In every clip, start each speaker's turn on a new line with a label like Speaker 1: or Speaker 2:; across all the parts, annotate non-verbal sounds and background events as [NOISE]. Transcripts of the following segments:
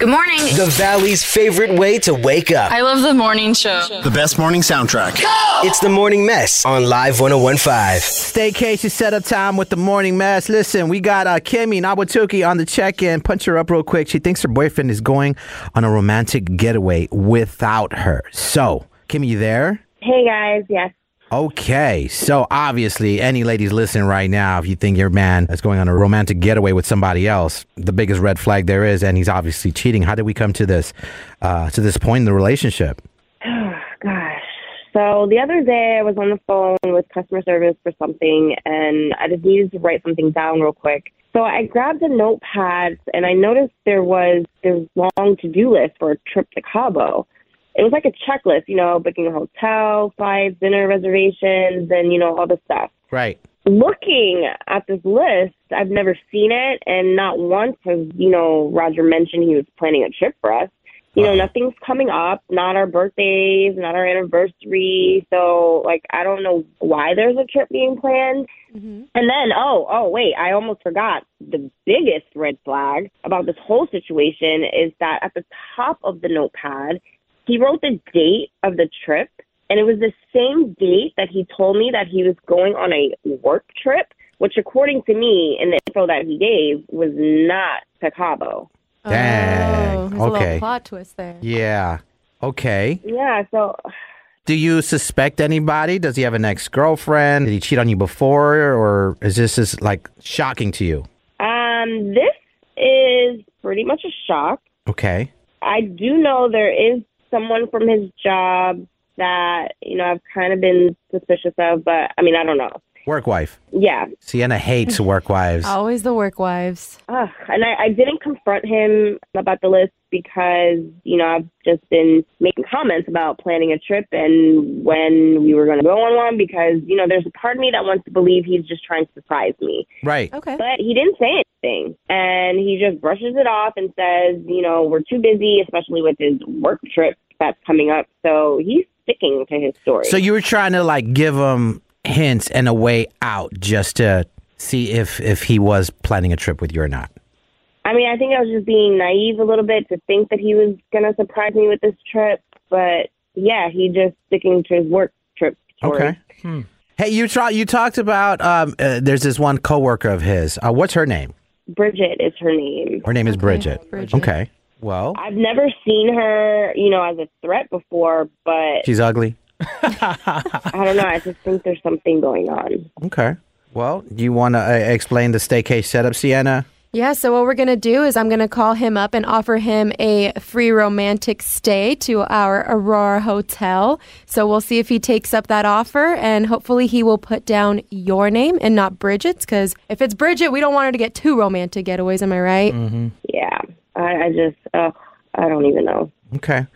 Speaker 1: Good morning.
Speaker 2: The Valley's favorite way to wake up.
Speaker 1: I love the morning show.
Speaker 3: The best morning soundtrack.
Speaker 2: It's the Morning Mess on Live 1015.
Speaker 4: Staycation setup time with the morning mess. Listen, we got uh, Kimmy Nawatuki on the check in. Punch her up real quick. She thinks her boyfriend is going on a romantic getaway without her. So, Kimmy, you there?
Speaker 5: Hey guys, yes. [SIGHS]
Speaker 4: Okay, so obviously, any ladies listening right now, if you think your man is going on a romantic getaway with somebody else, the biggest red flag there is, and he's obviously cheating. How did we come to this, uh, to this point in the relationship?
Speaker 5: Oh, gosh. So the other day I was on the phone with customer service for something and I just needed to write something down real quick. So I grabbed a notepad and I noticed there was this long to do list for a trip to Cabo. It was like a checklist, you know, booking a hotel, flights, dinner reservations, and, you know, all this stuff.
Speaker 4: Right.
Speaker 5: Looking at this list, I've never seen it, and not once has, you know, Roger mentioned he was planning a trip for us. You know, nothing's coming up, not our birthdays, not our anniversary. So, like, I don't know why there's a trip being planned. And then, oh, oh, wait, I almost forgot. The biggest red flag about this whole situation is that at the top of the notepad, he wrote the date of the trip, and it was the same date that he told me that he was going on a work trip, which, according to me, in the info that he gave, was not to Cabo.
Speaker 4: Dang.
Speaker 6: Oh, there's a
Speaker 4: Okay.
Speaker 6: little plot twist there.
Speaker 4: Yeah. Okay.
Speaker 5: Yeah, so
Speaker 4: Do you suspect anybody? Does he have an ex girlfriend? Did he cheat on you before? Or is this just like shocking to you?
Speaker 5: um, this is pretty much a shock.
Speaker 4: Okay.
Speaker 5: I do know there is someone from his job that, you know, I've kind of been suspicious of, but I mean, I don't know.
Speaker 4: Work wife.
Speaker 5: Yeah.
Speaker 4: Sienna hates [LAUGHS] work wives.
Speaker 6: Always the work wives.
Speaker 5: Ugh. And I, I didn't confront him about the list because, you know, I've just been making comments about planning a trip and when we were going to go on one because, you know, there's a part of me that wants to believe he's just trying to surprise me.
Speaker 4: Right.
Speaker 6: Okay.
Speaker 5: But he didn't say anything. And he just brushes it off and says, you know, we're too busy, especially with his work trip that's coming up. So he's sticking to his story.
Speaker 4: So you were trying to like give him hints and a way out just to see if if he was planning a trip with you or not.
Speaker 5: I mean, I think I was just being naive a little bit to think that he was going to surprise me with this trip. But yeah, he just sticking to his work trip story.
Speaker 4: Hmm. Hey, you try, you talked about um, uh, there's this one coworker of his. Uh, what's her name?
Speaker 5: Bridget is her name.
Speaker 4: Her name is Bridget.
Speaker 6: Bridget.
Speaker 4: Okay. Well,
Speaker 5: I've never seen her, you know, as a threat before, but
Speaker 4: she's ugly.
Speaker 5: I don't know. I just think there's something going on.
Speaker 4: Okay. Well, do you want to uh, explain the staycation setup, Sienna?
Speaker 6: Yeah, so what we're going to do is I'm going to call him up and offer him a free romantic stay to our Aurora Hotel. So we'll see if he takes up that offer and hopefully he will put down your name and not Bridget's because if it's Bridget, we don't want her to get two romantic getaways, am I right?
Speaker 4: Mm-hmm.
Speaker 5: Yeah. I, I just, uh, I don't even know.
Speaker 4: Okay.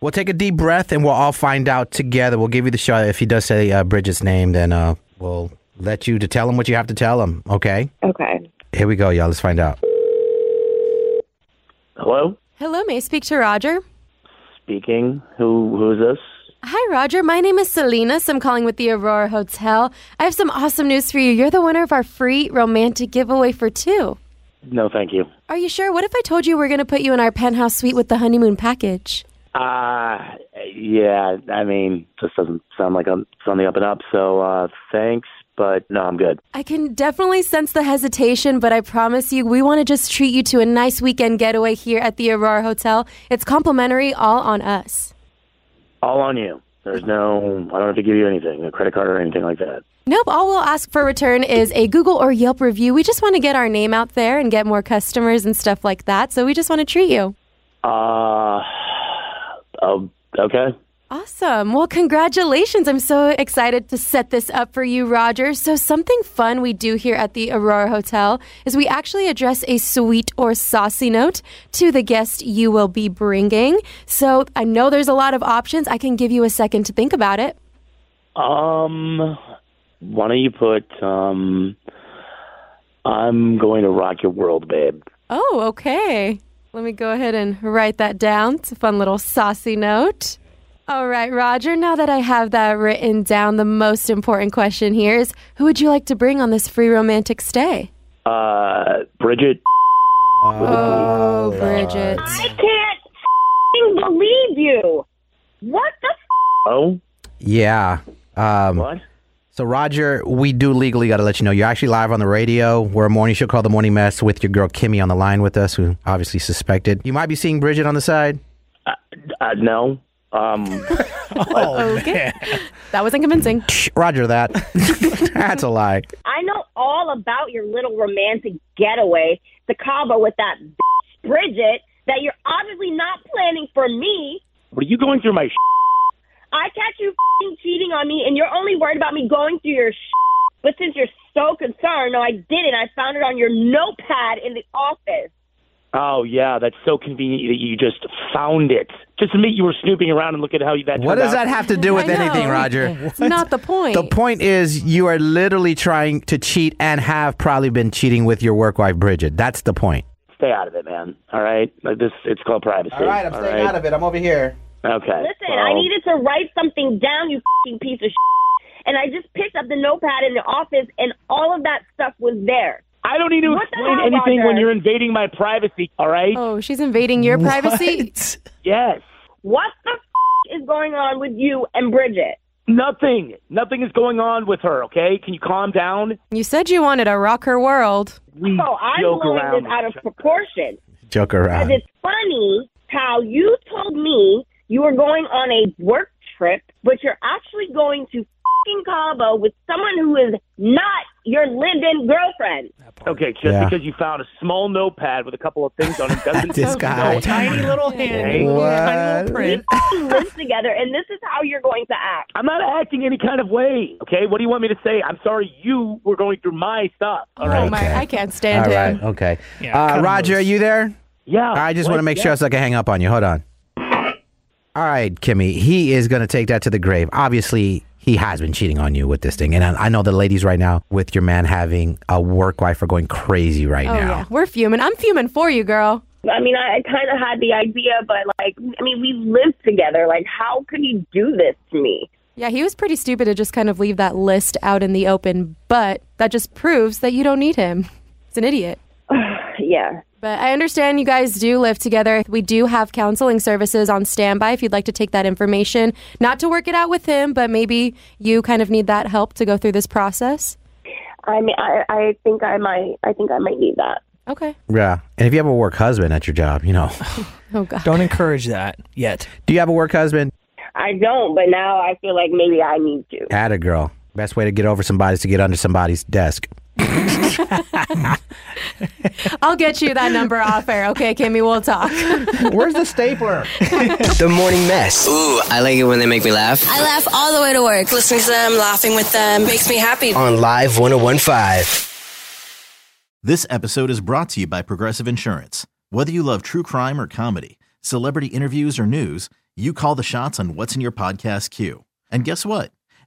Speaker 4: We'll take a deep breath and we'll all find out together. We'll give you the shot. If he does say uh, Bridget's name, then uh, we'll let you to tell him what you have to tell him. Okay.
Speaker 5: Okay.
Speaker 4: Here we go, y'all. Let's find out.
Speaker 7: Hello,
Speaker 6: Hello, may I speak to Roger?
Speaker 7: speaking. Who who's this?
Speaker 6: Hi, Roger. My name is Salinas. I'm calling with the Aurora Hotel. I have some awesome news for you. You're the winner of our free romantic giveaway for two.
Speaker 7: No, thank you.
Speaker 6: Are you sure? What if I told you we're going to put you in our penthouse suite with the honeymoon package?
Speaker 7: Uh, yeah, I mean, this doesn't sound like I'm it's on the up and up, so uh, thanks, but no, I'm good.
Speaker 6: I can definitely sense the hesitation, but I promise you, we want to just treat you to a nice weekend getaway here at the Aurora Hotel. It's complimentary, all on us.
Speaker 7: All on you. There's no, I don't have to give you anything, a credit card or anything like that.
Speaker 6: Nope, all we'll ask for return is a Google or Yelp review. We just want to get our name out there and get more customers and stuff like that, so we just want to treat you.
Speaker 7: Uh, oh, okay.
Speaker 6: Awesome. Well, congratulations. I'm so excited to set this up for you, Roger. So, something fun we do here at the Aurora Hotel is we actually address a sweet or saucy note to the guest you will be bringing. So, I know there's a lot of options. I can give you a second to think about it.
Speaker 7: Um, why don't you put, um, I'm going to rock your world, babe.
Speaker 6: Oh, okay. Let me go ahead and write that down. It's a fun little saucy note. All right, Roger, now that I have that written down, the most important question here is who would you like to bring on this free romantic stay?
Speaker 7: Uh, Bridget,
Speaker 6: Oh, Bridget.
Speaker 5: I can't fing believe you. What the? F-
Speaker 7: oh,
Speaker 4: Yeah. Um,
Speaker 7: what?
Speaker 4: So, Roger, we do legally got to let you know you're actually live on the radio. We're a morning show called The Morning Mess with your girl Kimmy on the line with us, who obviously suspected. You might be seeing Bridget on the side.
Speaker 7: Uh, no. Um,
Speaker 6: Okay. Oh, [LAUGHS] That wasn't convincing.
Speaker 4: Shh, Roger that. [LAUGHS] That's a lie.
Speaker 5: I know all about your little romantic getaway to Cabo with that bitch Bridget that you're obviously not planning for me.
Speaker 7: what are you going through my sh-
Speaker 5: I catch you fing cheating on me, and you're only worried about me going through your. Sh- but since you're so concerned, no, I didn't. I found it on your notepad in the office.
Speaker 7: Oh yeah, that's so convenient that you just found it. Just admit you were snooping around and look at how you that.
Speaker 4: What
Speaker 7: turned
Speaker 4: does
Speaker 7: out.
Speaker 4: that have to do with
Speaker 6: I know.
Speaker 4: anything, Roger?
Speaker 6: It's not the point.
Speaker 4: The point is, you are literally trying to cheat and have probably been cheating with your work wife, Bridget. That's the point.
Speaker 7: Stay out of it, man. All right, like this it's called privacy.
Speaker 4: of it. I'm over here.
Speaker 7: of. Okay.
Speaker 5: Listen,
Speaker 7: well,
Speaker 5: I needed to write something down, you fing piece of. Sh- and I just picked up the notepad in the office, and all of that stuff was there.
Speaker 7: I don't need to
Speaker 5: What the
Speaker 7: explain
Speaker 5: hell,
Speaker 7: anything
Speaker 5: Roger?
Speaker 7: when you're invading my privacy. All right.
Speaker 6: Oh, she's invading your
Speaker 4: [LAUGHS]
Speaker 6: privacy?
Speaker 7: Yes.
Speaker 5: What the f- is going on with you and Bridget?
Speaker 7: Nothing. Nothing is going on with her. Okay. Can you calm down?
Speaker 6: You said you wanted to rock her world.
Speaker 7: We
Speaker 5: Oh, I'm
Speaker 7: joke
Speaker 5: blowing
Speaker 7: around.
Speaker 5: this out of proportion.
Speaker 4: Joke
Speaker 5: Because
Speaker 4: around.
Speaker 5: it's funny how you told me you were going on a work trip, but you're actually going to fing Cabo with someone who is not your lived-in
Speaker 7: [LAUGHS]
Speaker 5: girlfriend.
Speaker 7: okay, just
Speaker 4: Yeah.
Speaker 7: because you found a small notepad with a couple of things on it
Speaker 4: [LAUGHS]
Speaker 7: doesn't
Speaker 4: This
Speaker 6: Oh,
Speaker 4: guy.
Speaker 1: Tiny little hand, little, tiny
Speaker 4: What?
Speaker 1: little print.
Speaker 5: We live together, and this is how you're going to act.
Speaker 7: I'm not acting any kind of way. Okay. What do you want me to say? I'm sorry. You were going through my stuff. All right.
Speaker 6: Oh, my, I can't
Speaker 4: All
Speaker 6: stand him.
Speaker 4: right. Okay.
Speaker 1: Yeah, cut
Speaker 4: uh,
Speaker 1: 'em
Speaker 4: Roger, are
Speaker 1: loose.
Speaker 4: you there?
Speaker 6: Oh,
Speaker 7: Yeah.
Speaker 4: I just want to
Speaker 7: what?
Speaker 4: make
Speaker 7: Yeah.
Speaker 4: sure so I can hang up on you. Hold on. All right, Kimmy. He is going to take that to the grave. Obviously, he has been cheating on you with this thing. And I, I know the ladies right now with your man having a work wife are going crazy right
Speaker 6: Oh,
Speaker 4: now.
Speaker 6: yeah. We're fuming. I'm fuming for you, girl.
Speaker 5: I mean, I, I kind of had the idea, but like, I mean, we live together. Like, how could he do this to me?
Speaker 6: Yeah, he was pretty stupid to just kind of leave that list out in the open, but that just proves that you don't need him. It's an idiot.
Speaker 5: Yeah.
Speaker 6: But I understand you guys do live together. We do have counseling services on standby if you'd like to take that information, not to work it out with him, but maybe you kind of need that help to go through this process.
Speaker 5: I mean, I, I think I might. I think I might need that.
Speaker 6: Okay.
Speaker 4: Yeah. And if you have a work husband at your job, you know,
Speaker 6: [LAUGHS] Oh, God.
Speaker 1: Don't encourage that yet.
Speaker 4: do you have a work husband?
Speaker 5: I don't, but now I feel like maybe I need to.
Speaker 4: At a girl. Best way to get over somebody is to get under somebody's desk.
Speaker 6: I'll get you that number off air. Okay, Kimmy, we'll talk.
Speaker 4: Where's the stapler?
Speaker 2: The Morning Mess. Ooh, I like it when they make me laugh.
Speaker 3: I laugh all the way to work. Listening to them, laughing with them makes me happy.
Speaker 2: On Live 1015.
Speaker 8: This episode is brought to you by Progressive Insurance. Whether you love true crime or comedy, celebrity interviews or news, you call the shots on what's in your podcast queue. And guess what?